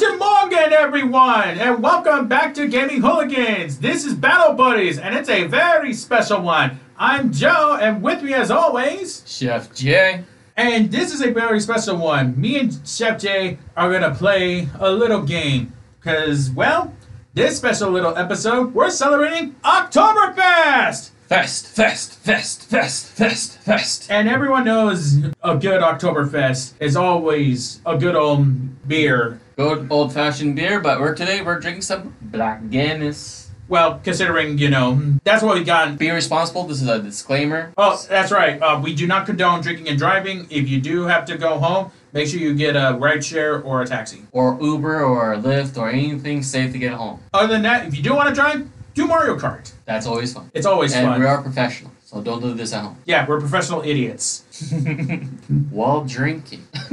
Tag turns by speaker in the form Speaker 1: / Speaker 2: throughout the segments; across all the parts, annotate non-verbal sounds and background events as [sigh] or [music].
Speaker 1: weekend, everyone, and welcome back to Gaming Hooligans. This is Battle Buddies, and it's a very special one. I'm Joe, and with me, as always,
Speaker 2: Chef Jay.
Speaker 1: and this is a very special one. Me and Chef Jay are gonna play a little game, cause well, this special little episode we're celebrating Oktoberfest.
Speaker 2: Fest, fest, fest, fest, fest, fest.
Speaker 1: And everyone knows a good Oktoberfest is always a good old beer.
Speaker 2: Good old fashioned beer, but we're today we're drinking some Black Guinness.
Speaker 1: Well, considering you know that's what we got
Speaker 2: Be responsible. This is a disclaimer.
Speaker 1: Oh, that's right. Uh, we do not condone drinking and driving. If you do have to go home, make sure you get a ride share or a taxi.
Speaker 2: Or Uber or Lyft or anything safe to get home.
Speaker 1: Other than that, if you do want to drive, do Mario Kart.
Speaker 2: That's always fun.
Speaker 1: It's always
Speaker 2: and
Speaker 1: fun.
Speaker 2: we are professional, so don't do this at home.
Speaker 1: yeah, we're professional idiots.
Speaker 2: While drinking. [laughs]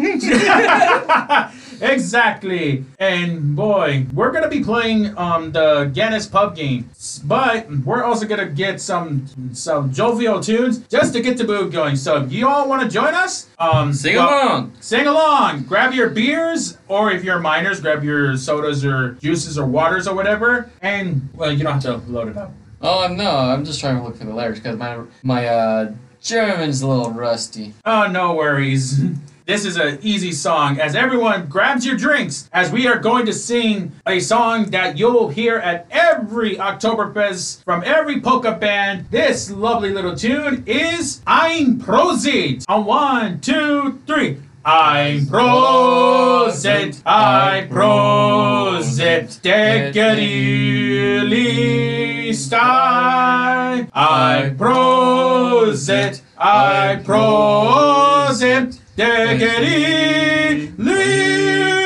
Speaker 1: exactly. And boy, we're gonna be playing um the Guinness pub game, S- but we're also gonna get some some jovial tunes just to get the mood going. So if you all want to join us, um,
Speaker 2: Sing
Speaker 1: well-
Speaker 2: along.
Speaker 1: Sing along. Grab your beers, or if you're minors, grab your sodas or juices or waters or whatever. And well, you don't have to load it up.
Speaker 2: Oh I'm- no, I'm just trying to look for the lyrics because my my uh German's a little rusty.
Speaker 1: Oh, no worries. This is an easy song. As everyone grabs your drinks, as we are going to sing a song that you'll hear at every Oktoberfest from every polka band. This lovely little tune is Ein Prosit. On one, two, three. Ein Prosit, Ein Prosit, Deckeri Stein. Ein Prosit, I prosent degerit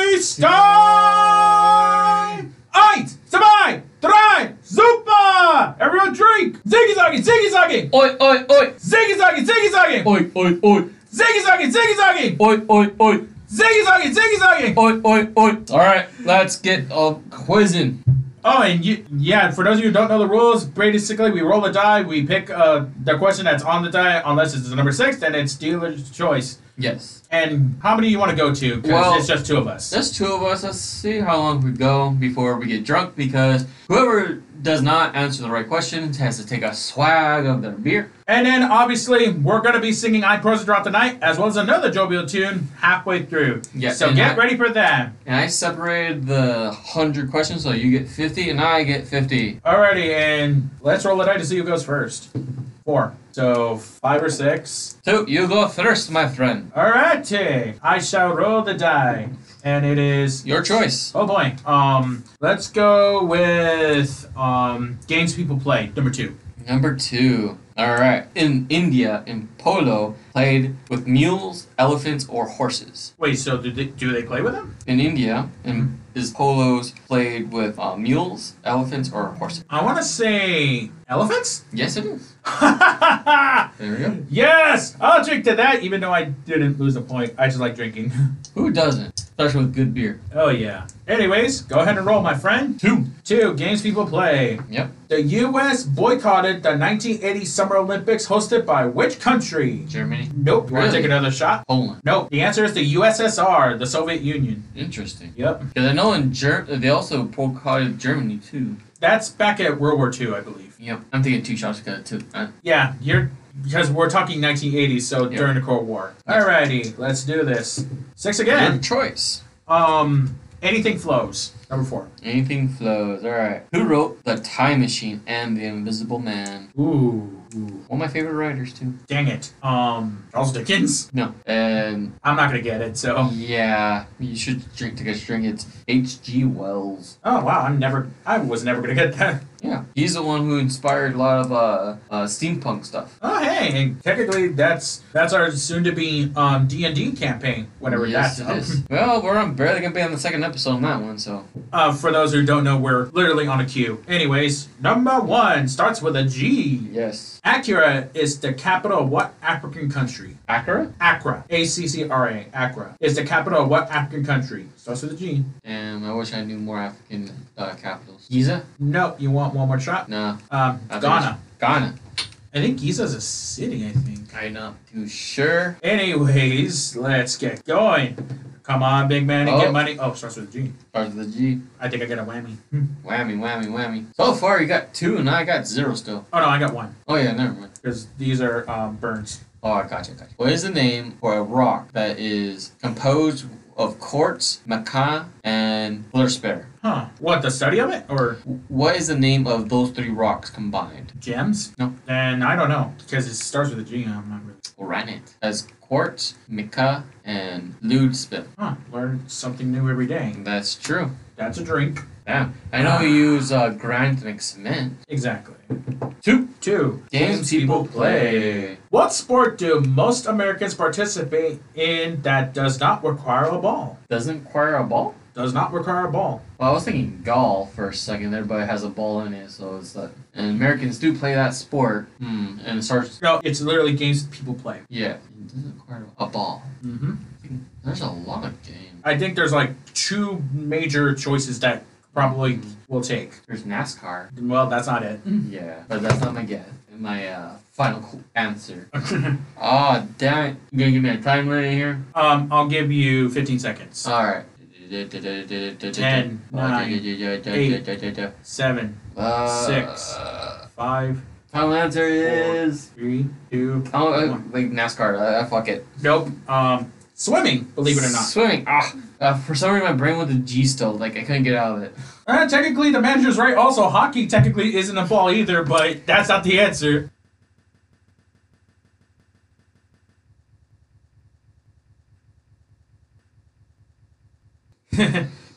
Speaker 1: Lichtenstein. Eins, zwei, drei, super! Everyone drink! Ziggy zaggy, ziggy zaggy!
Speaker 2: Oi oi oi
Speaker 1: Ziggy zaggy, ziggy zaggy!
Speaker 2: oi oi oi
Speaker 1: Ziggy zaggy, ziggy zaggy!
Speaker 2: oi oi oi
Speaker 1: Ziggy zaggy, ziggy zaggy!
Speaker 2: Oi, oi, oi. All right, let's get a quizzing.
Speaker 1: Oh, and you, yeah, for those of you who don't know the rules, basically we roll a die, we pick uh, the question that's on the die, unless it's the number six, then it's dealer's choice.
Speaker 2: Yes.
Speaker 1: And how many you want to go to? Because
Speaker 2: Well-
Speaker 1: it's just two of us.
Speaker 2: There's two of us. Let's see how long we go before we get drunk because whoever does not answer the right question has to take a swag of their beer.
Speaker 1: And then obviously we're gonna be singing "I Pros" throughout the night, as well as another jovial tune halfway through.
Speaker 2: Yeah,
Speaker 1: So
Speaker 2: and
Speaker 1: get
Speaker 2: I-
Speaker 1: ready for that.
Speaker 2: And I separated the 100 questions, so you get 50 and I get 50.
Speaker 1: Alrighty, and let's roll the die to see who goes first. Four. So five or six.
Speaker 2: So you go first, my friend.
Speaker 1: Alrighty. I shall roll the die, and it is.
Speaker 2: Your choice.
Speaker 1: Oh boy. Um. Let's go with um games people play number two.
Speaker 2: Number two. All right. In India, in polo, played with mules, elephants, or horses.
Speaker 1: Wait. So do they, do they play with them?
Speaker 2: in India, and is polos played with uh, mules, elephants, or horses?
Speaker 1: I want to say elephants.
Speaker 2: Yes, it is. There we go.
Speaker 1: [laughs] Yes, I'll drink to that. Even though I didn't lose a point, I just like drinking. [laughs]
Speaker 2: Who doesn't? Especially with good beer.
Speaker 1: Oh yeah. Anyways, go ahead and roll, my friend.
Speaker 2: Two.
Speaker 1: Two games people play.
Speaker 2: Yep.
Speaker 1: The U.S. boycotted the 1980 Summer Olympics hosted by which country?
Speaker 2: Germany.
Speaker 1: Nope. Want to
Speaker 2: Really?
Speaker 1: take another shot?
Speaker 2: Poland.
Speaker 1: Nope. The answer is the USSR, the Soviet Union.
Speaker 2: Interesting.
Speaker 1: Yep.
Speaker 2: Because I know in Ger- they also boycotted Germany too.
Speaker 1: That's back at World War II, I believe.
Speaker 2: Yep. I'm thinking two shots got two. Uh,
Speaker 1: Yeah, you're because we're talking 1980s, so
Speaker 2: Yeah.
Speaker 1: during the Cold War.
Speaker 2: Yes.
Speaker 1: Alrighty, let's do this. Six
Speaker 2: Your
Speaker 1: again.
Speaker 2: choice.
Speaker 1: Um, anything flows. Number four.
Speaker 2: Anything flows. All right. Who wrote The Time Machine and The Invisible Man?
Speaker 1: Ooh. Ooh.
Speaker 2: One of my favorite writers too.
Speaker 1: Dang it. Um, Charles Dickens.
Speaker 2: No. And
Speaker 1: I'm not gonna get it. So.
Speaker 2: yeah, you should drink to get string. It's H.G. Wells.
Speaker 1: Oh wow! I'm never. I was never gonna get that. [laughs]
Speaker 2: Yeah, he's the one who inspired a lot of uh, uh, steampunk stuff.
Speaker 1: Oh hey, and technically that's that's our soon-to-be um D and D campaign. Whenever that's
Speaker 2: yes, it
Speaker 1: up.
Speaker 2: is. Well, we're on barely gonna be on the second episode on that one, so
Speaker 1: [laughs] Uh, for those who don't know, we're literally on a queue. Anyways, number one starts with a G.
Speaker 2: yes.
Speaker 1: Accra is the capital of what African country?
Speaker 2: Accra
Speaker 1: Accra. A C C R A. Accra is the capital of what African country? Starts with a G.
Speaker 2: and I wish I knew more African uh, capitals. Giza?
Speaker 1: No, you want one more shot?
Speaker 2: Nah,
Speaker 1: Um,
Speaker 2: I think
Speaker 1: Ghana.
Speaker 2: it's- Ghana.
Speaker 1: I think Giza's a city. I think.
Speaker 2: I'm not too sure.
Speaker 1: Anyways, let's get going. Come on, big man, and
Speaker 2: Oh.
Speaker 1: get money. Oh, starts with a G.
Speaker 2: Starts with a G.
Speaker 1: I think I got a whammy. Hmm.
Speaker 2: Whammy, whammy, whammy. So far, you got two, and I got zero still.
Speaker 1: Oh no, I got one
Speaker 2: Oh, yeah, never mind.
Speaker 1: because these are um, burns.
Speaker 2: Oh, I gotcha, gotcha. What is the name for a rock that is composed of quartz, maca, and fluorspar?
Speaker 1: Huh? What the study of it or
Speaker 2: What is the name of those three rocks combined?
Speaker 1: gems?
Speaker 2: No.
Speaker 1: Then I don't know because it starts with a G. I'm not really.
Speaker 2: Granite. That's quartz, mica, and ludspil.
Speaker 1: Huh? Learn something new every day.
Speaker 2: That's true.
Speaker 1: That's a drink.
Speaker 2: Yeah. I know you use uh, granite to make cement.
Speaker 1: Exactly.
Speaker 2: Two
Speaker 1: Two
Speaker 2: games people play.
Speaker 1: What sport do most Americans participate in that does not require a ball?
Speaker 2: Doesn't require a ball?
Speaker 1: Does not require a ball.
Speaker 2: Well, I was thinking golf for a second. Everybody has a ball in it, so it's like. And Americans do play that sport. Hmm. And it starts.
Speaker 1: No, it's literally games people play.
Speaker 2: Yeah. It doesn't require a ball.
Speaker 1: hmm
Speaker 2: There's a lot of games.
Speaker 1: I think there's like two major choices that probably will take.
Speaker 2: There's NASCAR.
Speaker 1: Well, that's not it.
Speaker 2: Yeah, but that's not my guess. My uh, final qu- answer. Ah, damn it. You gonna give me a time limit here?
Speaker 1: [laughs] um, I'll give you 15 seconds.
Speaker 2: Alright.
Speaker 1: Ten, nine, eight, Seven,
Speaker 2: uh,
Speaker 1: six. five,
Speaker 2: Final answer is.
Speaker 1: three, two.
Speaker 2: I don't
Speaker 1: One.
Speaker 2: like NASCAR. I, I fuck it.
Speaker 1: Nope. Um, swimming. Believe it or not.
Speaker 2: Swimming. Ah. Uh, for some reason, my brain went to G still. Like, I couldn't get out of it.
Speaker 1: Uh, technically, the manager's right. Also, hockey technically isn't a ball either, but that's not the answer. [laughs]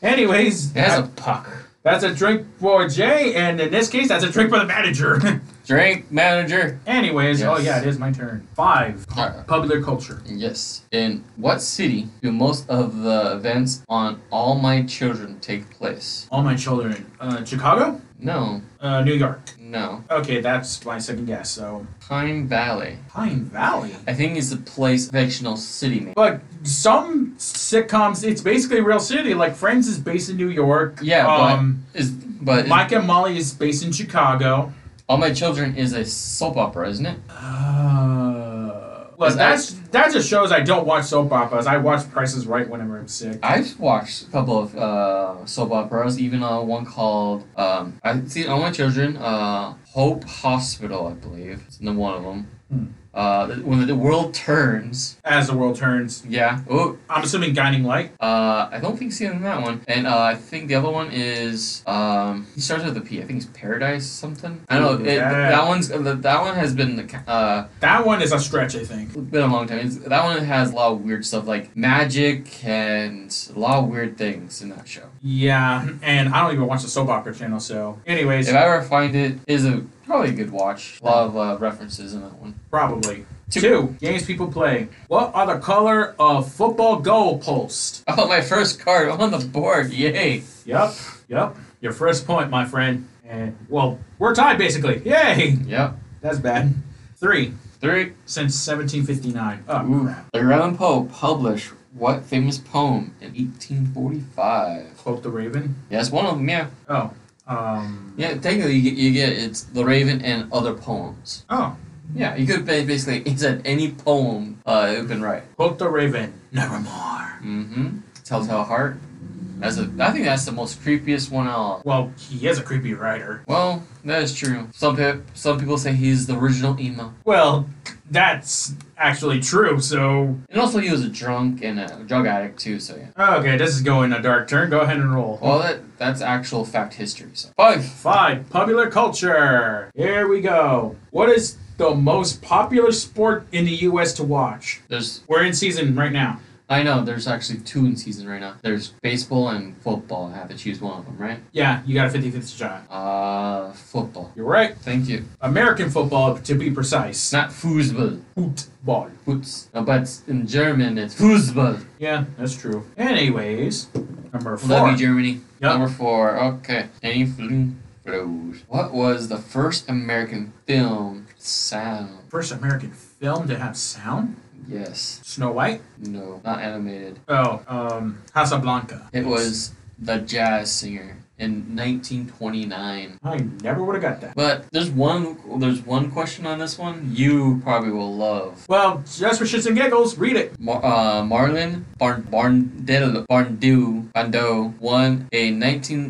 Speaker 1: Anyways,
Speaker 2: It has
Speaker 1: that-
Speaker 2: a puck.
Speaker 1: that's a drink for Jay, and in this case, that's a drink for the manager. [laughs]
Speaker 2: Drink manager.
Speaker 1: Anyways, oh
Speaker 2: Yes.
Speaker 1: yeah, it is my turn. Five,
Speaker 2: Alright.
Speaker 1: popular culture.
Speaker 2: Yes. In what city do most of the events on All My Children take place?
Speaker 1: All my children. Uh, Chicago?
Speaker 2: No.
Speaker 1: Uh, New York.
Speaker 2: No.
Speaker 1: Okay, that's my second guess. So,
Speaker 2: Pine Valley.
Speaker 1: Pine Valley?
Speaker 2: I think it's the place fictional city name.
Speaker 1: But some sitcoms, it's basically real city. Like Friends is based in New York.
Speaker 2: Yeah,
Speaker 1: Um,
Speaker 2: but is but
Speaker 1: Mike and Molly is based in Chicago.
Speaker 2: All My Children is a soap opera, isn't it?
Speaker 1: Uh, well,
Speaker 2: Is that-
Speaker 1: that's that just shows I don't watch soap operas. I watch Prices Right whenever I'm sick.
Speaker 2: I've watched a couple of uh, soap operas, even uh, one called um, I see All My Children, uh, Hope Hospital, I believe. It's in one of them.
Speaker 1: Hmm.
Speaker 2: Uh, when the world turns,
Speaker 1: As the world turns,
Speaker 2: yeah. Oh,
Speaker 1: I'm assuming Guiding Light.
Speaker 2: Uh, I don't think seen in that one, and uh, I think the other one is um, he starts with a P. I think it's Paradise something. I don't know. It,
Speaker 1: Yeah.
Speaker 2: That one's that one has been uh
Speaker 1: That one is a stretch, I think.
Speaker 2: been a long time. It's, that one has a lot of weird stuff like magic and a lot of weird things in that show.
Speaker 1: Yeah, and I don't even watch the soap opera channel. So, anyways,
Speaker 2: If I ever find it, it is a probably a good watch. A lot of uh, references in that one. [laughs]
Speaker 1: probably
Speaker 2: Two.
Speaker 1: two games people play. What are the color of football goal post?
Speaker 2: Oh, my first card on the board! Yay!
Speaker 1: Yep, yep. Your first point, my friend. And well, we're tied basically. Yay!
Speaker 2: Yep.
Speaker 1: That's bad. Three
Speaker 2: Three.
Speaker 1: since 1759. Oh
Speaker 2: Ooh.
Speaker 1: crap!
Speaker 2: Edgar Poe published what famous poem in 1845?
Speaker 1: Quote the Raven.
Speaker 2: Yes, one of them, yeah.
Speaker 1: Oh, um.
Speaker 2: Yeah, technically, you get, you get it's The Raven and other poems.
Speaker 1: Oh,
Speaker 2: Yeah, you could ba- basically, [laughs] it's at any poem, uh, it would been right.
Speaker 1: quote the Raven. Nevermore.
Speaker 2: Mm-hmm. Telltale Heart. That's a, I think that's the most creepiest one out.
Speaker 1: Well, he is a creepy writer.
Speaker 2: Well, that is true. Some pe- some people say he's the original emo,
Speaker 1: Well, that's actually true. So
Speaker 2: and also he was a drunk and a drug addict too. So yeah.
Speaker 1: okay, this is going a dark turn. Go ahead and roll.
Speaker 2: Well, that that's actual fact history. So five.
Speaker 1: Five, popular culture. Here we go. What is the most popular sport in the US to watch?
Speaker 2: There's
Speaker 1: We're in season right now.
Speaker 2: I know there's actually two in season right now. There's baseball and football. I have to choose one of them, right?
Speaker 1: Yeah, you got a 50 50 shot.
Speaker 2: Uh, football.
Speaker 1: You're right.
Speaker 2: Thank you.
Speaker 1: American football, to be
Speaker 2: It's
Speaker 1: precise.
Speaker 2: not Fußball.
Speaker 1: Football.
Speaker 2: Fuß. Uh, but in German, it's Fußball.
Speaker 1: Yeah, that's true. Anyways, number
Speaker 2: Love
Speaker 1: four.
Speaker 2: you, Germany.
Speaker 1: Yep.
Speaker 2: Number four. Okay. Any fling flows. What was the first American film sound?
Speaker 1: First American film to have sound?
Speaker 2: Yes.
Speaker 1: Snow White?
Speaker 2: No. Not animated.
Speaker 1: Oh, um, Casablanca.
Speaker 2: It was the jazz singer in 1929.
Speaker 1: I never would have got that.
Speaker 2: But there's one there's one question on this one you probably will love.
Speaker 1: Well, just for shits and giggles, read it.
Speaker 2: Mar- uh, Marlon Barn Barn Barndew Bando won a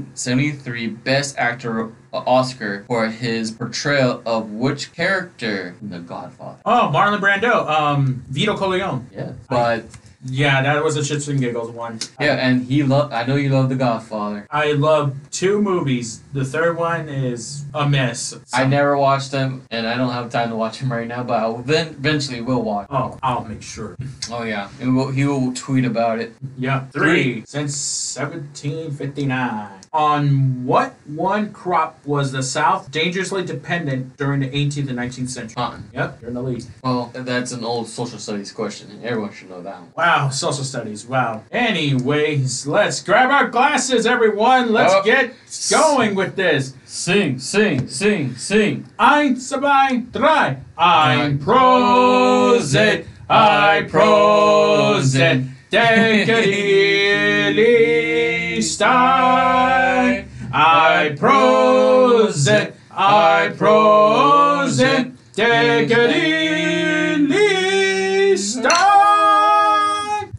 Speaker 2: 1973 Best Actor uh, Oscar for his portrayal of which character in The Godfather?
Speaker 1: Oh, Marlon Brando, um, Vito Corleone.
Speaker 2: Yeah, but
Speaker 1: Yeah, that was a shits and giggles one.
Speaker 2: yeah, and he loved. I know you love The Godfather.
Speaker 1: I love two movies. The third one is a mess.
Speaker 2: I never watched them, and I don't have time to watch them right now. But I will then eventually will watch.
Speaker 1: Oh, I'll make sure.
Speaker 2: Oh yeah, and we'll, he will tweet about it.
Speaker 1: Yeah, three since 1759. On what one crop was the South dangerously dependent during the 18th and 19th century?
Speaker 2: Cotton.
Speaker 1: Yep, you're in the lead.
Speaker 2: Uh, Well, that's an old social studies question. Everyone should know that one.
Speaker 1: Wow, social studies. Wow. Anyways, let's grab our glasses, everyone. Let's
Speaker 2: Oh.
Speaker 1: get going with this.
Speaker 2: Sing, sing, sing, sing.
Speaker 1: Ein, zwei, drei. Ein
Speaker 2: Ein
Speaker 1: Prosit. Ein
Speaker 2: Ein
Speaker 1: Prosit.
Speaker 2: Prosit.
Speaker 1: Denkeli Stein. Ein Prosit. Ein Prosit. Denkeli Stein.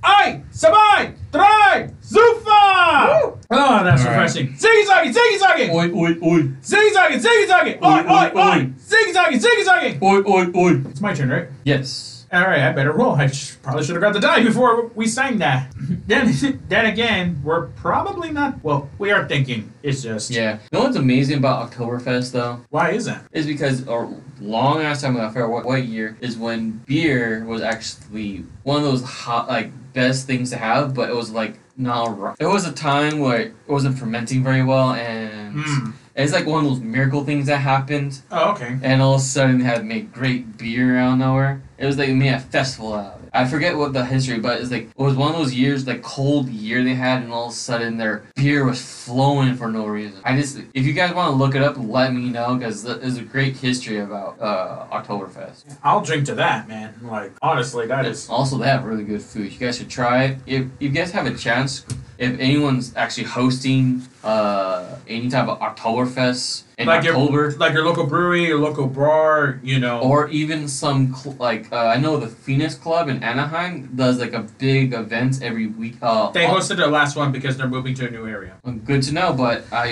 Speaker 1: Ein, zwei, drei. Zufa! Oh, that's
Speaker 2: All right.
Speaker 1: refreshing. Ziggy zaggy, ziggy zaggy.
Speaker 2: Oi, oi, oi,
Speaker 1: Ziggy zagging, ziggy zagging,
Speaker 2: Oi,
Speaker 1: oi, oi,
Speaker 2: oi,
Speaker 1: oi,
Speaker 2: oi.
Speaker 1: ziggy zagging, ziggy zagging.
Speaker 2: oi, oi, oi.
Speaker 1: It's my turn, right?
Speaker 2: Yes.
Speaker 1: All right, I better roll. I sh- probably should have grabbed the die before we sang that. [laughs] then, then again, we're probably not. Well, we are thinking. It's just
Speaker 2: Yeah. You know what's amazing about Oktoberfest though
Speaker 1: why is that?
Speaker 2: is because a long ass time ago, I forgot what, what year, is when beer was actually one of those hot like best things to have, but it was like not. ri- It was a time where it wasn't fermenting very well, and
Speaker 1: Hmm.
Speaker 2: it's like one of those miracle things that happened.
Speaker 1: Oh, okay.
Speaker 2: and all of a sudden they had made great beer out of nowhere. It was like they made a festival out of it. I forget what the history, but it's like it was one of those years, like cold year they had, and all of a sudden their beer was flowing for no reason. I just, if you guys want to look it up, let me know because there's a great history about uh, Oktoberfest.
Speaker 1: I'll drink to that, man. Like honestly, that is.
Speaker 2: Also, they have really good food. You guys should try it. If you guys have a chance, if anyone's actually hosting uh, any type of Oktoberfest in
Speaker 1: Like your-
Speaker 2: October.
Speaker 1: Like your local brewery, your local bar, you know.
Speaker 2: or even some cl- like uh, I know the Phoenix Club in Anaheim does like a big event every week. Uh,
Speaker 1: they
Speaker 2: all-
Speaker 1: hosted their last one because they're moving to a new area.
Speaker 2: Good to know, but I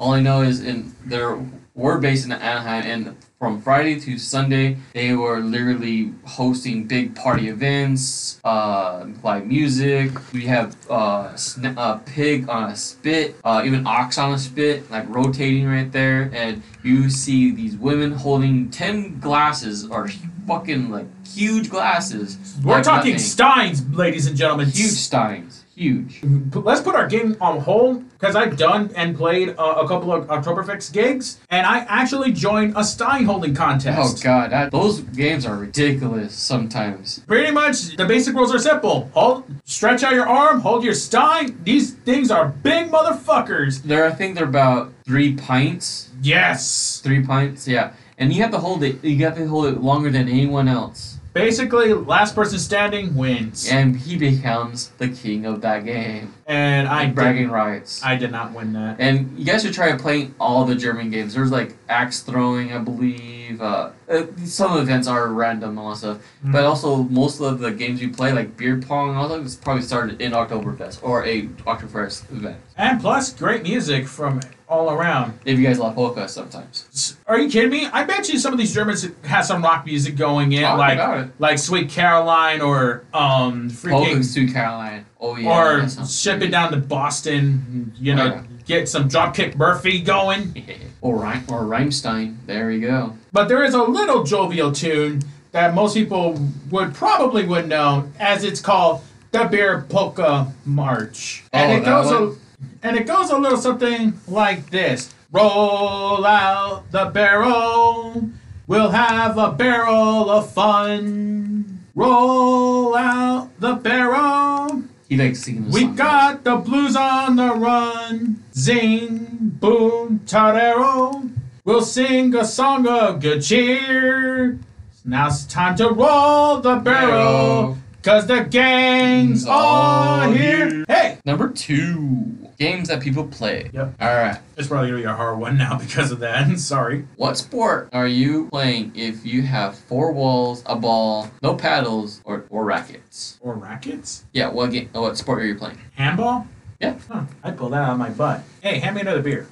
Speaker 2: all I know is in there we're based in Anaheim, and from Friday to Sunday they were literally hosting big party events, uh, live music. We have uh, sna- uh, pig on a spit, uh, even ox on a spit, like rotating right there, and you see these women holding ten glasses or fucking like huge glasses.
Speaker 1: We're
Speaker 2: like
Speaker 1: talking
Speaker 2: nothing.
Speaker 1: steins, ladies and gentlemen.
Speaker 2: huge steins, huge.
Speaker 1: P- Let's put our game on hold because I've done and played uh, a couple of Oktoberfest gigs, and I actually joined a Stein holding
Speaker 2: Oh
Speaker 1: contest.
Speaker 2: god, that, those games are ridiculous sometimes.
Speaker 1: Pretty much, the basic rules are simple: hold, stretch out your arm, hold your Stein. These things are big motherfuckers.
Speaker 2: There, I think they're about three pints.
Speaker 1: Yes.
Speaker 2: Three pints, yeah. And you have to hold it. You have to hold it longer than anyone else.
Speaker 1: Basically, last person standing wins.
Speaker 2: And he becomes the king of that game.
Speaker 1: And I
Speaker 2: Like bragging
Speaker 1: did,
Speaker 2: rights.
Speaker 1: I did not win that.
Speaker 2: and you guys should try playing all the German games. There's like axe throwing, I believe. Uh, uh, some events are random and all that stuff.
Speaker 1: Hmm.
Speaker 2: But also, most of the games you play, like beer pong, and all that, was probably started in Oktoberfest or a Oktoberfest event.
Speaker 1: And plus, great music from all around.
Speaker 2: If you guys love polka, sometimes.
Speaker 1: S- Are you kidding me? I bet you some of these Germans have some rock music going in,
Speaker 2: Oh,
Speaker 1: like
Speaker 2: about it.
Speaker 1: like Sweet Caroline or um
Speaker 2: Polka
Speaker 1: freaking
Speaker 2: Sue Caroline. Oh yeah.
Speaker 1: or
Speaker 2: that sounds
Speaker 1: ship it
Speaker 2: good.
Speaker 1: down to Boston. You know,
Speaker 2: Yeah.
Speaker 1: get some Dropkick Murphy going.
Speaker 2: or Rhein- or Rhymstein. There you go.
Speaker 1: But there is a little jovial tune that most people would probably would know, as it's called the Beer Polka March, and
Speaker 2: Oh,
Speaker 1: it
Speaker 2: that
Speaker 1: goes a,
Speaker 2: one?
Speaker 1: and it goes a little something like this: Roll out the barrel, we'll have a barrel of fun. Roll out the barrel,
Speaker 2: He likes singing the
Speaker 1: we
Speaker 2: song.
Speaker 1: got the blues on the run. Zing, boom, tarero. We'll sing a song of good cheer. Now it's time to roll the barrel.
Speaker 2: Barrel.
Speaker 1: Cause the gang's all
Speaker 2: All
Speaker 1: here.
Speaker 2: here.
Speaker 1: Hey!
Speaker 2: Number two, games that people play.
Speaker 1: Yep.
Speaker 2: All right.
Speaker 1: It's probably gonna be a hard one now [laughs] because of that. Sorry.
Speaker 2: What sport are you playing if you have four walls, a ball, no paddles, or, or rackets?
Speaker 1: Or rackets?
Speaker 2: Yeah, what game? What sport are you playing?
Speaker 1: Handball?
Speaker 2: Yeah.
Speaker 1: Huh, I pulled that out of my butt. Hey, hand me another beer.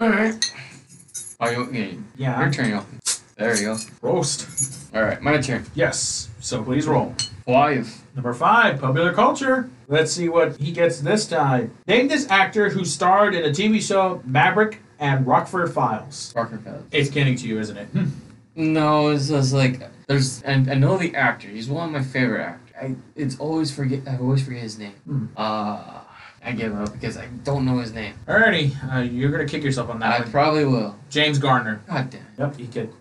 Speaker 2: All right. Are you? Okay,
Speaker 1: Yeah.
Speaker 2: your turn. Yo. There you go.
Speaker 1: Roast.
Speaker 2: All right, my turn.
Speaker 1: Yes. So please roll.
Speaker 2: Five.
Speaker 1: Number five, popular culture. Let's see what he gets this time. Name this actor who starred in the TV show Maverick and Rockford Files.
Speaker 2: Parker Fowler.
Speaker 1: It's getting to you, isn't it? Hmm.
Speaker 2: No, it's just like there's. I, I know the actor. He's one of my favorite actors. I it's always forget. I always forget his name.
Speaker 1: Hmm.
Speaker 2: Uh I give up because I don't know his name.
Speaker 1: Alrighty, uh, you're gonna kick yourself on that
Speaker 2: I
Speaker 1: one.
Speaker 2: probably will.
Speaker 1: James Garner.
Speaker 2: God damn. it.
Speaker 1: Yep, he kicked.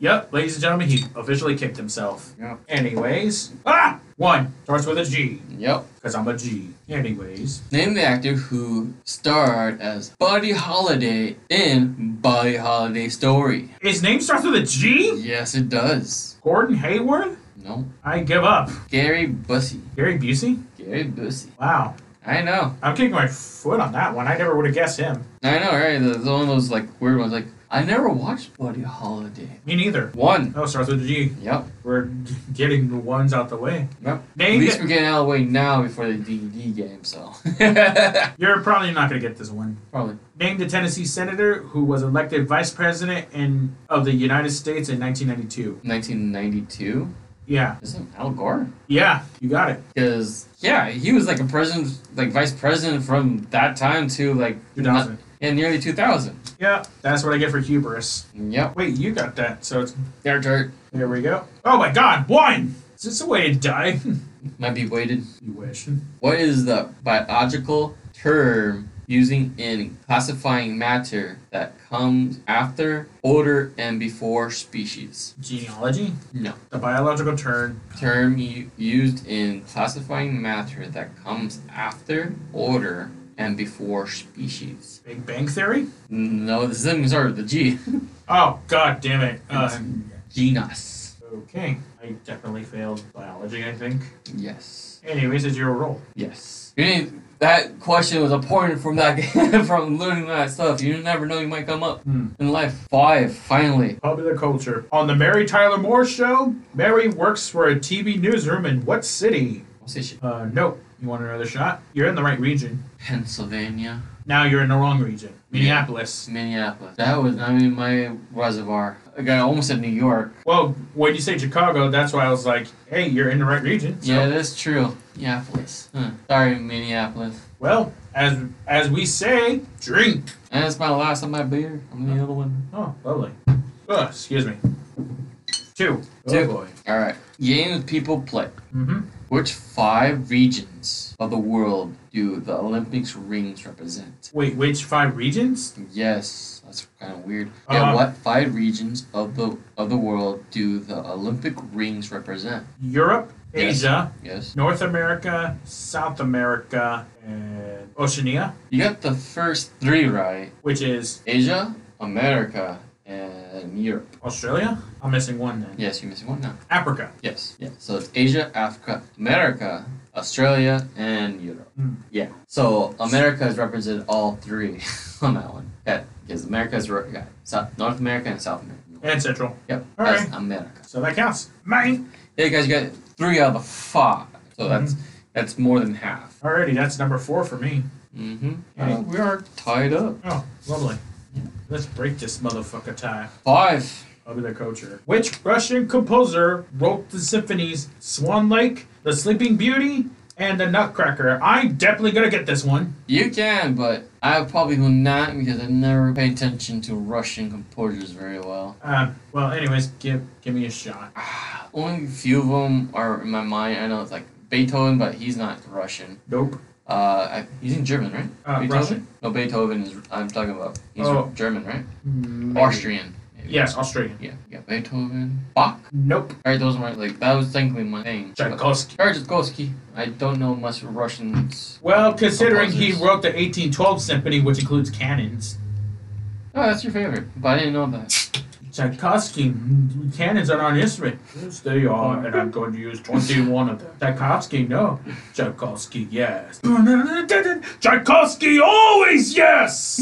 Speaker 1: Yep, ladies and gentlemen, he officially kicked himself.
Speaker 2: Yep.
Speaker 1: Anyways, ah, one starts with a G,
Speaker 2: Yep.
Speaker 1: cause I'm a G. Anyways,
Speaker 2: Name the actor who starred as Buddy Holiday in Buddy Holiday Story.
Speaker 1: his name starts with a G.
Speaker 2: Yes, it does.
Speaker 1: Gordon Hayward.
Speaker 2: No.
Speaker 1: I give up.
Speaker 2: Gary Busey.
Speaker 1: Gary Busey.
Speaker 2: Gary Busey.
Speaker 1: Wow,
Speaker 2: I know.
Speaker 1: I'm kicking my foot on that one. I never would have guessed him.
Speaker 2: I know, right? That's one of those like weird ones. Like I never watched Buddy Holiday.
Speaker 1: Me neither.
Speaker 2: One.
Speaker 1: Oh, starts with a G.
Speaker 2: Yep.
Speaker 1: We're g- getting the ones out the way.
Speaker 2: Yep. At
Speaker 1: Name
Speaker 2: least
Speaker 1: it.
Speaker 2: we're getting out of the way now before the DVD game, so. [laughs]
Speaker 1: You're probably not gonna get this one.
Speaker 2: Probably.
Speaker 1: Name the Tennessee senator who was elected vice president in of the United States in 1992.
Speaker 2: 1992?
Speaker 1: Yeah,
Speaker 2: Isn't Al Gore?
Speaker 1: yeah, you got it.
Speaker 2: Because, yeah, he was like a president, like vice president from that time to like.
Speaker 1: 2000.
Speaker 2: Yeah, nearly 2000.
Speaker 1: Yeah, that's what I get for hubris.
Speaker 2: Yep.
Speaker 1: Wait, you got that? So it's
Speaker 2: Dirt, dirt.
Speaker 1: there we go. Oh my God, wine. Is this a way to die? [laughs]
Speaker 2: Might be weighted.
Speaker 1: you wish.
Speaker 2: What is the biological term using in classifying matter that comes after, order, and before species?
Speaker 1: Genealogy.
Speaker 2: No.
Speaker 1: The biological turn.
Speaker 2: term u- used in classifying matter that comes after order and before species.
Speaker 1: Big Bang Theory.
Speaker 2: No, this doesn't even start with the [laughs] G.
Speaker 1: Oh God, damn it. Uh,
Speaker 2: Genus.
Speaker 1: okay, I definitely failed biology. I think.
Speaker 2: Yes.
Speaker 1: Anyways, it's your roll.
Speaker 2: Yes. You didn't, that question was important from that [laughs] from learning that stuff. You never know you might come up
Speaker 1: Hmm.
Speaker 2: in life. Five, finally.
Speaker 1: Popular culture. On the Mary Tyler Moore show, Mary works for a TV newsroom in what city?
Speaker 2: What's this shit?
Speaker 1: Uh, nope. You want another shot? You're in the right region.
Speaker 2: Pennsylvania,
Speaker 1: Now you're in the wrong region.
Speaker 2: Yeah.
Speaker 1: Minneapolis.
Speaker 2: Minneapolis. That was not even my reservoir. Like, I almost said New York.
Speaker 1: Well, when you say Chicago, that's why I was like, hey, you're in the right region. So,
Speaker 2: Yeah, that's true. Minneapolis. Huh. Hmm. Sorry, Minneapolis.
Speaker 1: Well, as as we say, drink.
Speaker 2: And it's my last of my beer. I'm the other one.
Speaker 1: Oh, lovely. Ugh, excuse me. Two.
Speaker 2: Two.
Speaker 1: Oh boy.
Speaker 2: All right. Games people play.
Speaker 1: Mm-hmm.
Speaker 2: Which five regions of the world do the Olympics rings represent?
Speaker 1: Wait, which five regions?
Speaker 2: Yes, that's kind of weird. yeah,
Speaker 1: Uh,
Speaker 2: what five regions of the of the world do the Olympic rings represent?
Speaker 1: Europe,
Speaker 2: Yes.
Speaker 1: Asia,
Speaker 2: Yes.
Speaker 1: North America, South America, and Oceania.
Speaker 2: You got the first three right.
Speaker 1: which is
Speaker 2: Asia, America, and Europe.
Speaker 1: Australia. I'm missing one then.
Speaker 2: Yes, you're missing one now.
Speaker 1: Africa.
Speaker 2: Yes. Yeah. So it's Asia, Africa, America, Australia, and Europe.
Speaker 1: Mm.
Speaker 2: Yeah. So America is represented all three [laughs] on that one. Yeah, because America is re- yeah, South, North America and South America.
Speaker 1: And Central.
Speaker 2: Yep.
Speaker 1: All
Speaker 2: that's
Speaker 1: right.
Speaker 2: America.
Speaker 1: So that counts. Mine.
Speaker 2: Yeah, guys, you got three out of the five.
Speaker 1: Hmm.
Speaker 2: So that's that's more than half.
Speaker 1: Alrighty, that's number four for me.
Speaker 2: Mm-hmm.
Speaker 1: Yeah.
Speaker 2: we are tied up.
Speaker 1: Oh, lovely. Let's break this motherfucker tie.
Speaker 2: Five.
Speaker 1: I'll be the coacher. Which Russian composer wrote the symphonies Swan Lake, The Sleeping Beauty, and The Nutcracker? I'm definitely gonna get this one.
Speaker 2: You can, but I probably will not because I never pay attention to Russian composers very well.
Speaker 1: Um, well, anyways, give give me a shot.
Speaker 2: Only a few of them are in my mind. I know it's like Beethoven, but he's not Russian.
Speaker 1: Nope.
Speaker 2: Uh, I, he's in German, right?
Speaker 1: Uh,
Speaker 2: Beethoven?
Speaker 1: Russian.
Speaker 2: No, Beethoven is. I'm talking about. He's
Speaker 1: Oh.
Speaker 2: German, right?
Speaker 1: Maybe.
Speaker 2: Austrian. Maybe.
Speaker 1: Yes, Austrian.
Speaker 2: Yeah. Yeah. Beethoven. Bach.
Speaker 1: Nope.
Speaker 2: All right, those are my like. That was technically my thing.
Speaker 1: Tchaikovsky.
Speaker 2: But- Tchaikovsky. I don't know much Russians.
Speaker 1: Well, considering he
Speaker 2: composers.
Speaker 1: wrote the 1812 symphony, which includes cannons.
Speaker 2: Oh, that's your favorite. But I didn't know that. [laughs]
Speaker 1: Tchaikovsky cannons are not an instrument. Yes, they are, and I'm going to use 21 of them. Tchaikovsky, no. Tchaikovsky, yes. Tchaikovsky, always yes!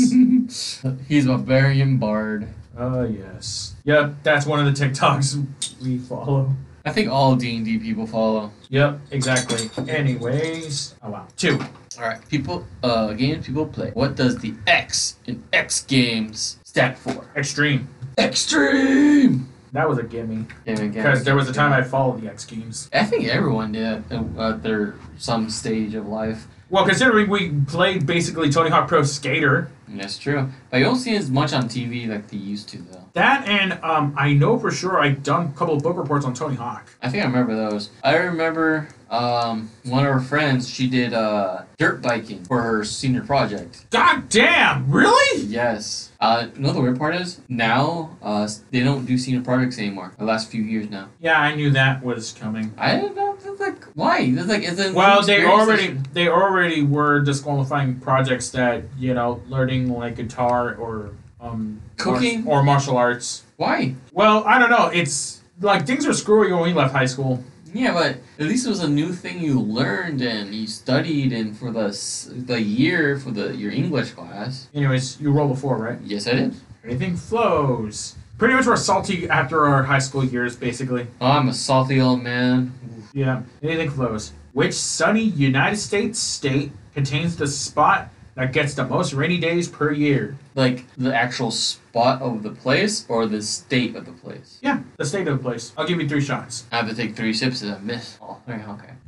Speaker 2: He's a Bavarian bard.
Speaker 1: Oh, yes. Yep, that's one of the TikToks we follow.
Speaker 2: I think all D and D people follow.
Speaker 1: Yep, exactly. Anyways, oh wow, two.
Speaker 2: All right, people. Uh, games people play. What does the X in X games stand for?
Speaker 1: Extreme.
Speaker 2: Extreme.
Speaker 1: That was a gimme.
Speaker 2: Yeah, again,
Speaker 1: Because there was a time I followed the X Games.
Speaker 2: I think everyone did at at their some stage of life.
Speaker 1: Well, considering we played basically Tony Hawk Pro Skater,
Speaker 2: And That's true. But you don't see as much on TV like they used to though.
Speaker 1: that and um, I know for sure I've done a couple of book reports on Tony Hawk.
Speaker 2: I think I remember those. I remember um, one of her friends. She did uh, dirt biking for her senior project.
Speaker 1: God damn, really?
Speaker 2: Yes. Uh, you know the weird part is now uh, they don't do senior projects anymore. The last few years now.
Speaker 1: Yeah, I knew that was coming.
Speaker 2: I don't know. That's like why? That's like it's an
Speaker 1: Well, they
Speaker 2: experience
Speaker 1: already
Speaker 2: that-
Speaker 1: they already were disqualifying projects that you know learning like guitar or um mar-
Speaker 2: Cooking?
Speaker 1: or martial arts.
Speaker 2: Why?
Speaker 1: Well, I don't know. It's like things were screwy when we left high school.
Speaker 2: Yeah, but at least it was a new thing you learned and you studied and for the s- the year for the your English class.
Speaker 1: Anyways, you roll before, right?
Speaker 2: Yes, I did.
Speaker 1: Anything flows. Pretty much we're salty after our high school years, basically.
Speaker 2: Oh, I'm a salty old man.
Speaker 1: Yeah. Anything flows. Which sunny United States state contains the spot that gets the most rainy days per year?
Speaker 2: Like the actual spot of the place or the state of the place.
Speaker 1: Yeah, the state of the place. I'll give you three shots.
Speaker 2: I have to take three sips and I miss. Oh, okay.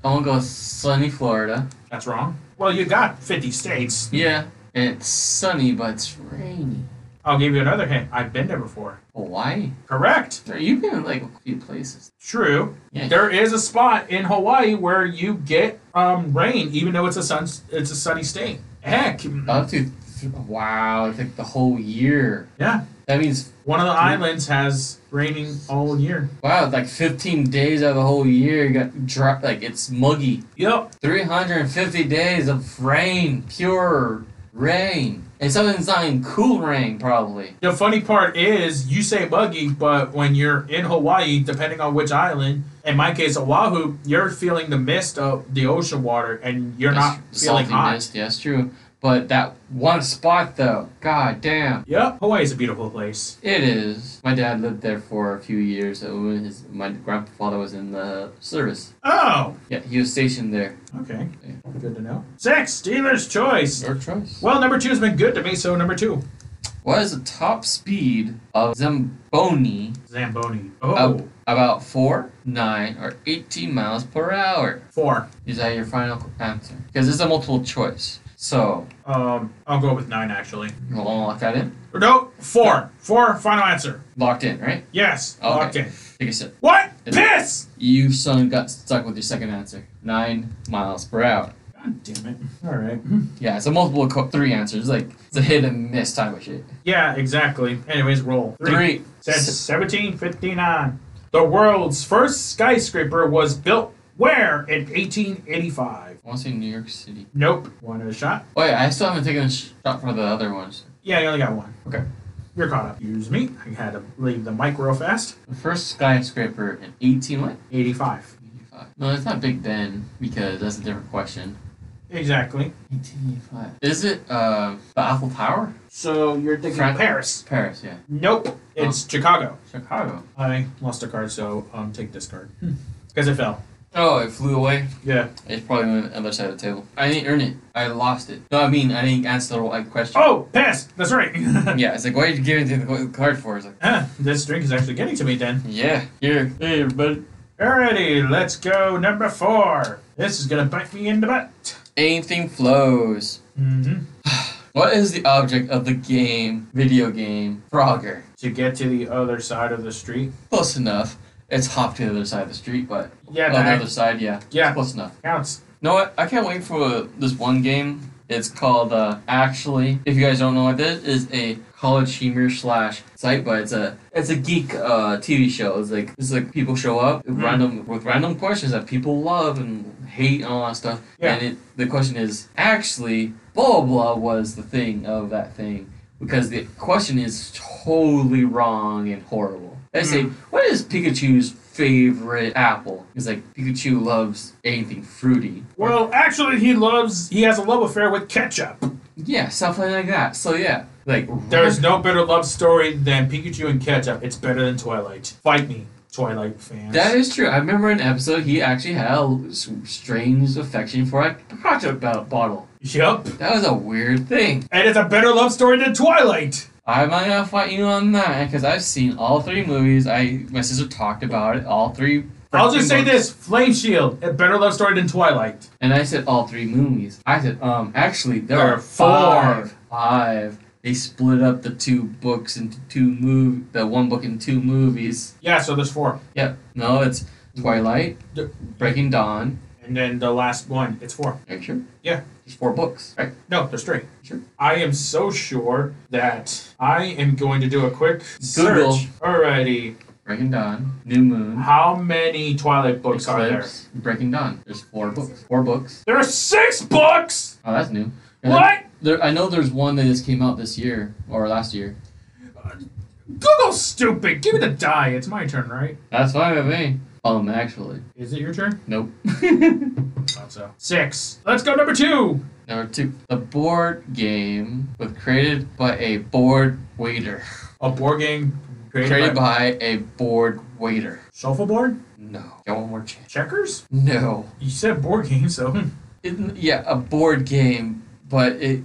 Speaker 2: I want to go sunny Florida.
Speaker 1: That's wrong. Well, you got 50 states.
Speaker 2: Yeah, and it's sunny, but it's rainy.
Speaker 1: I'll give you another hint. I've been there before.
Speaker 2: Hawaii?
Speaker 1: Correct.
Speaker 2: You've been in like a few places.
Speaker 1: True.
Speaker 2: Yeah.
Speaker 1: There is a spot in Hawaii where you get um, rain, even though it's a sun, it's a sunny state. Heck,
Speaker 2: Up to th- wow, it's like the whole year.
Speaker 1: yeah.
Speaker 2: That means
Speaker 1: One of the islands has raining all year.
Speaker 2: wow, it's like 15 days out of the whole year. You got dry, like it's muggy.
Speaker 1: Yep.
Speaker 2: 350 days of rain, pure rain, and something's not even cool rain probably.
Speaker 1: The funny part is, you say muggy, but when you're in Hawaii, depending on which island, in my case, Oahu, you're feeling the mist of the ocean water, and you're
Speaker 2: That's
Speaker 1: not feeling
Speaker 2: salty
Speaker 1: hot.
Speaker 2: mist. Yeah, that's true. But that one spot though, god damn.
Speaker 1: Yep. Hawaii is a beautiful place.
Speaker 2: It is. My dad lived there for a few years. It was his, my grandfather was in the service.
Speaker 1: Oh,
Speaker 2: Yeah, he was stationed there.
Speaker 1: okay.
Speaker 2: Yeah.
Speaker 1: Good to know. Six. Dealer's choice.
Speaker 2: Your choice.
Speaker 1: Well, number two has been good to me, so number two.
Speaker 2: What is the top speed of Zamboni?
Speaker 1: Zamboni. Oh,
Speaker 2: Ab- about 4, 9, or 18 miles per hour?
Speaker 1: four.
Speaker 2: Is that your final answer? Because it's a multiple choice. So,
Speaker 1: Um, I'll go with nine actually.
Speaker 2: you want to lock that in?
Speaker 1: Or no, four. Four. Final answer.
Speaker 2: Locked in, right?
Speaker 1: Yes.
Speaker 2: Okay.
Speaker 1: Locked in.
Speaker 2: Take a sip.
Speaker 1: What?
Speaker 2: Is-
Speaker 1: Piss.
Speaker 2: You, son, got stuck with your second answer 9 miles per hour.
Speaker 1: God damn it. All right.
Speaker 2: Yeah, it's a multiple co- three answers. Like, it's a hit and miss type of shit.
Speaker 1: Yeah, exactly. Anyways, roll.
Speaker 2: Three.
Speaker 1: Says 1759. The world's first skyscraper was built where in 1885?
Speaker 2: I want to say New York City.
Speaker 1: Nope. One other shot.
Speaker 2: Oh yeah, I still haven't taken a shot for the other ones.
Speaker 1: Yeah, you only got one.
Speaker 2: Okay.
Speaker 1: You're caught up. Excuse me. I had to leave the mic real fast.
Speaker 2: The first skyscraper in 18 what?
Speaker 1: 85.
Speaker 2: 85. No, it's not Big Ben because that's a different question.
Speaker 1: Exactly.
Speaker 2: 1885. Is it uh, the Eiffel Tower?
Speaker 1: So you're thinking Oh.
Speaker 2: Fran-
Speaker 1: Paris.
Speaker 2: Paris, yeah.
Speaker 1: Nope. It's Chicago.
Speaker 2: Chicago.
Speaker 1: I lost a card, so um, take this card. Because it fell.
Speaker 2: Oh, it flew away.
Speaker 1: Yeah.
Speaker 2: It's probably on the other side of the table. I didn't earn it. I lost it. No, I mean I didn't answer the right question.
Speaker 1: Oh, pass. That's right. [laughs]
Speaker 2: Oh, Yeah, it's like why are you giving it the card for? It's like
Speaker 1: Huh, this drink is actually getting to me then.
Speaker 2: yeah, here, hey everybody.
Speaker 1: Alrighty, let's go number four. This is gonna bite me in the butt.
Speaker 2: Anything flows.
Speaker 1: hmm
Speaker 2: What is the object of the game, video game, Frogger?
Speaker 1: To get to the other side of the street.
Speaker 2: Close enough. It's hop to the other side of the street, but
Speaker 1: Yeah,
Speaker 2: on Oh, the
Speaker 1: that
Speaker 2: other side, yeah.
Speaker 1: Yeah.
Speaker 2: Close enough.
Speaker 1: counts.
Speaker 2: You know what? I can't wait for this one game. It's called, uh, actually, if you guys don't know what this is, a college humor slash site, but it's a it's a geek uh, TV show. It's like it's like people show up with
Speaker 1: Mhm.
Speaker 2: random with random questions that people love and hate and all that stuff.
Speaker 1: Yeah.
Speaker 2: And it, the question is actually blah blah blah was the thing of that thing. because the question is totally wrong and horrible. They say, "What is Pikachu's favorite apple?" It's like Pikachu loves anything fruity. Or-
Speaker 1: Well, actually, he loves. He has a love affair with ketchup.
Speaker 2: yeah, stuff like that. So yeah, like
Speaker 1: There's no better love story than Pikachu and ketchup. It's better than Twilight. Fight me, Twilight fans.
Speaker 2: That is true. I remember an episode he actually had a s- strange affection for a ketchup bo- bottle.
Speaker 1: Yup.
Speaker 2: That was a weird thing.
Speaker 1: And it's a better love story than Twilight.
Speaker 2: I might not fight you on that because I've seen all three movies. I my sister talked about it. All three.
Speaker 1: I'll just say
Speaker 2: freaking
Speaker 1: this: Flame Shield, a better love story than Twilight.
Speaker 2: And I said all three movies. I said, um, actually, there,
Speaker 1: There
Speaker 2: are
Speaker 1: are
Speaker 2: five. Five. They split up the two books into two move the one book in two movies.
Speaker 1: Yeah, so there's four,
Speaker 2: Yep. No, it's Twilight,
Speaker 1: The-
Speaker 2: Breaking Dawn.
Speaker 1: and then the last one, it's four.
Speaker 2: Are you sure?
Speaker 1: Yeah.
Speaker 2: There's four books, right?
Speaker 1: No, there's three.
Speaker 2: Sure.
Speaker 1: I am so sure that I am going to do a quick
Speaker 2: Google.
Speaker 1: search. Alrighty,
Speaker 2: Breaking Dawn, New Moon,
Speaker 1: how many Twilight books are there?
Speaker 2: Eclipse, Breaking Dawn. There's four books. Four books.
Speaker 1: There are six books.
Speaker 2: Oh, that's new. And
Speaker 1: What?
Speaker 2: There, I know there's one that just came out this year or last year.
Speaker 1: Google, stupid. Give me the die. It's my turn, right?
Speaker 2: That's fine with me. Um, actually,
Speaker 1: Is it your turn?
Speaker 2: nope. [laughs]
Speaker 1: Thought so. Six. Let's go number two.
Speaker 2: Number two, the board game was created by a board waiter.
Speaker 1: A board game created,
Speaker 2: Created
Speaker 1: by
Speaker 2: by a board waiter.
Speaker 1: shuffleboard,
Speaker 2: No. Got one more chance.
Speaker 1: checkers.
Speaker 2: No.
Speaker 1: You said board game, so hmm.
Speaker 2: It, yeah, a board game, but it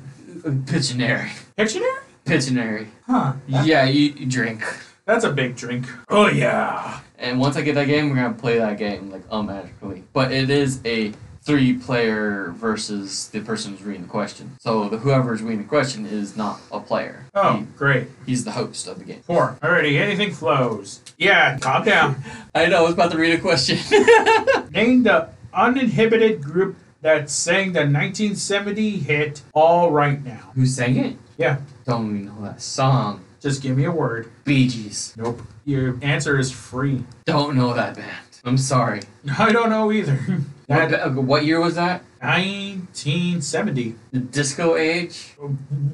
Speaker 2: Pictionary.
Speaker 1: Pictionary?
Speaker 2: Pictionary.
Speaker 1: Huh. That-
Speaker 2: Yeah, you, you drink.
Speaker 1: That's a big drink. Oh yeah.
Speaker 2: And once I get that game, we're gonna play that game like automatically. But it is a three-player versus the person who's reading the question. So the whoever's reading the question is not a player.
Speaker 1: Oh, great.
Speaker 2: He- he's the host of the game.
Speaker 1: Four. Alrighty, anything flows. Yeah, calm down.
Speaker 2: I know. I was about to read a question. [laughs]
Speaker 1: Name the uninhibited group that sang the 1970 hit All Right Now.
Speaker 2: Who sang it?
Speaker 1: Yeah.
Speaker 2: Don't even know that song.
Speaker 1: Just give me a word.
Speaker 2: Bee Gees.
Speaker 1: Nope. Your answer is free. [laughs]
Speaker 2: Don't know that band. I'm sorry.
Speaker 1: I don't know either. [laughs]
Speaker 2: What,
Speaker 1: That
Speaker 2: ba- what year was that?
Speaker 1: 1970.
Speaker 2: The disco age?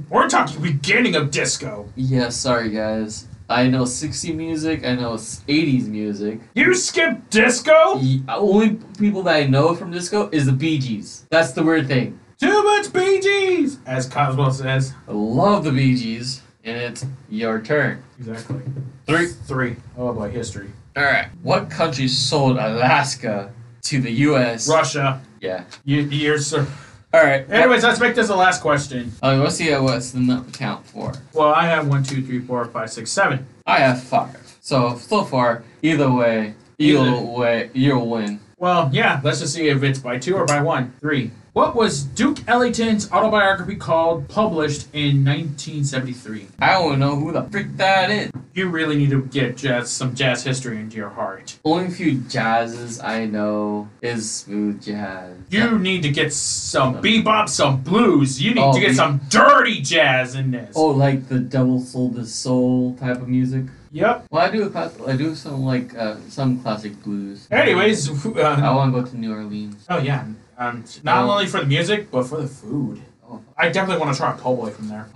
Speaker 1: We're talking beginning of disco.
Speaker 2: Yeah, sorry guys. I know 60 music. I know s- 80s music.
Speaker 1: You skipped disco?
Speaker 2: The only people that I know from disco is the Bee Gees. That's the weird thing.
Speaker 1: Too much Bee Gees, as Cosmo says.
Speaker 2: I love the Bee Gees, and it's your turn.
Speaker 1: Exactly.
Speaker 2: Three.
Speaker 1: Three. Oh boy, history.
Speaker 2: All right. What country sold Alaska to the U.S.?
Speaker 1: Russia.
Speaker 2: Yeah.
Speaker 1: You, you're so.
Speaker 2: All right.
Speaker 1: Anyways, let's make this the last question.
Speaker 2: Uh, let's see what's the nut count for.
Speaker 1: Well, I have one, two, three, four, five, six, seven.
Speaker 2: I have five. So so far, either way,
Speaker 1: Either.
Speaker 2: you'll way you'll win.
Speaker 1: Well, yeah, let's just see if it's by two or by one. Three. What was Duke Ellington's autobiography called, published in 1973?
Speaker 2: I don't know who the frick that is.
Speaker 1: You really need to get jazz, some jazz history into your heart.
Speaker 2: Only few jazzes I know is smooth jazz.
Speaker 1: You need to get some bebop, some blues. You need
Speaker 2: Oh,
Speaker 1: to get
Speaker 2: be-
Speaker 1: some dirty jazz in this.
Speaker 2: Oh, like the double soul to soul type of music.
Speaker 1: Yep.
Speaker 2: Well, I do a class, I do some like uh, some classic blues.
Speaker 1: Anyways,
Speaker 2: I
Speaker 1: uh,
Speaker 2: want to go to New
Speaker 1: [sighs]
Speaker 2: Orleans.
Speaker 1: oh yeah, um, not
Speaker 2: Oh.
Speaker 1: only for the music but for the food.
Speaker 2: Oh,
Speaker 1: I definitely want to try a po' boy from there.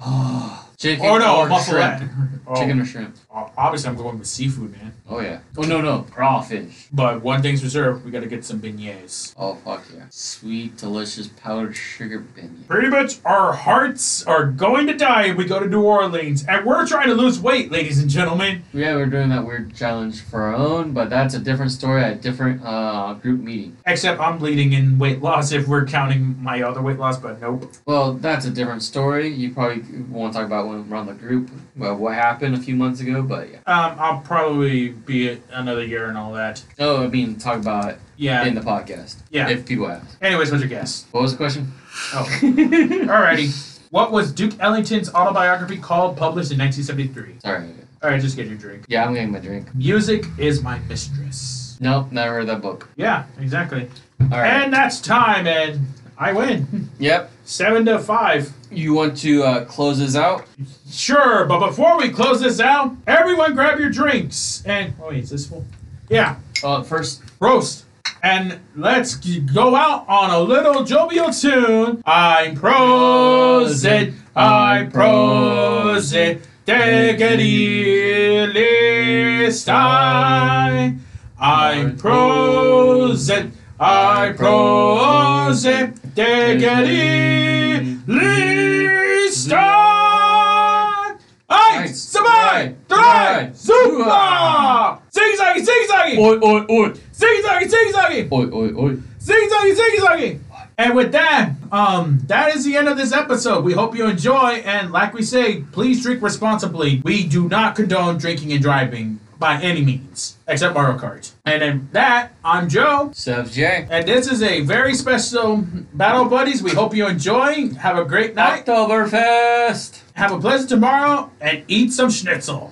Speaker 2: chicken
Speaker 1: Oh no,
Speaker 2: or
Speaker 1: a
Speaker 2: shrimp.
Speaker 1: muffalette. Oh,
Speaker 2: [laughs] Chicken or shrimp.
Speaker 1: o- obviously, I'm going with seafood, man.
Speaker 2: Oh yeah. Oh no no crawfish.
Speaker 1: But one thing's for sure, we gotta get some beignets.
Speaker 2: Oh fuck yeah. Sweet delicious powdered sugar beignet.
Speaker 1: Pretty much, our hearts are going to die if we go to New Orleans, and we're trying to lose weight, ladies and gentlemen.
Speaker 2: Yeah, we're doing that weird challenge for our own, but that's a different story at a different uh, group meeting.
Speaker 1: Except I'm bleeding in weight loss if we're counting my other weight loss, but nope.
Speaker 2: Well, that's a different story. You probably want to talk about when we're on the group, well, what happened a few months ago, but yeah.
Speaker 1: Um, I'll probably be it another year and all that.
Speaker 2: Oh, I mean, talk about it
Speaker 1: Yeah.
Speaker 2: in the podcast.
Speaker 1: Yeah.
Speaker 2: If people ask.
Speaker 1: Anyways, what's your guess?
Speaker 2: What was
Speaker 1: [laughs]
Speaker 2: the question?
Speaker 1: Oh, alrighty. What was Duke Ellington's autobiography called, published in 1973?
Speaker 2: Sorry.
Speaker 1: Alright, just get your drink.
Speaker 2: Yeah, I'm getting my drink.
Speaker 1: Music is my mistress.
Speaker 2: Nope, never read that book.
Speaker 1: Yeah, exactly.
Speaker 2: All right.
Speaker 1: And that's time, and I win. [laughs]
Speaker 2: yep.
Speaker 1: Seven to five.
Speaker 2: You want to uh, close this out?
Speaker 1: Sure, but before we close this out, everyone grab your drinks. And, oh, wait, is this full? Yeah,
Speaker 2: Uh, first,
Speaker 1: roast. And let's g- go out on a little jovial tune. I'm Prosit.
Speaker 2: Prosit.
Speaker 1: I prose it, list I. I prose it, I prose it, list I. I survive, thrive, super! Zigzaggy, zigzaggy,
Speaker 2: Oi, oi, oi.
Speaker 1: zigzaggy, zigzaggy!
Speaker 2: Oi, oi, oi.
Speaker 1: Zigzaggy, zigzaggy. And with that, um, that is the end of this episode. We hope you enjoy, and like we say, please drink responsibly. We do not condone drinking and driving by any means, except Mario Kart. And then that, I'm Joe,
Speaker 2: Sev's J.
Speaker 1: and this is a very special Battle Buddies. We hope you enjoy. Have a great night.
Speaker 2: Oktoberfest!
Speaker 1: Have a pleasant tomorrow, and eat some schnitzel.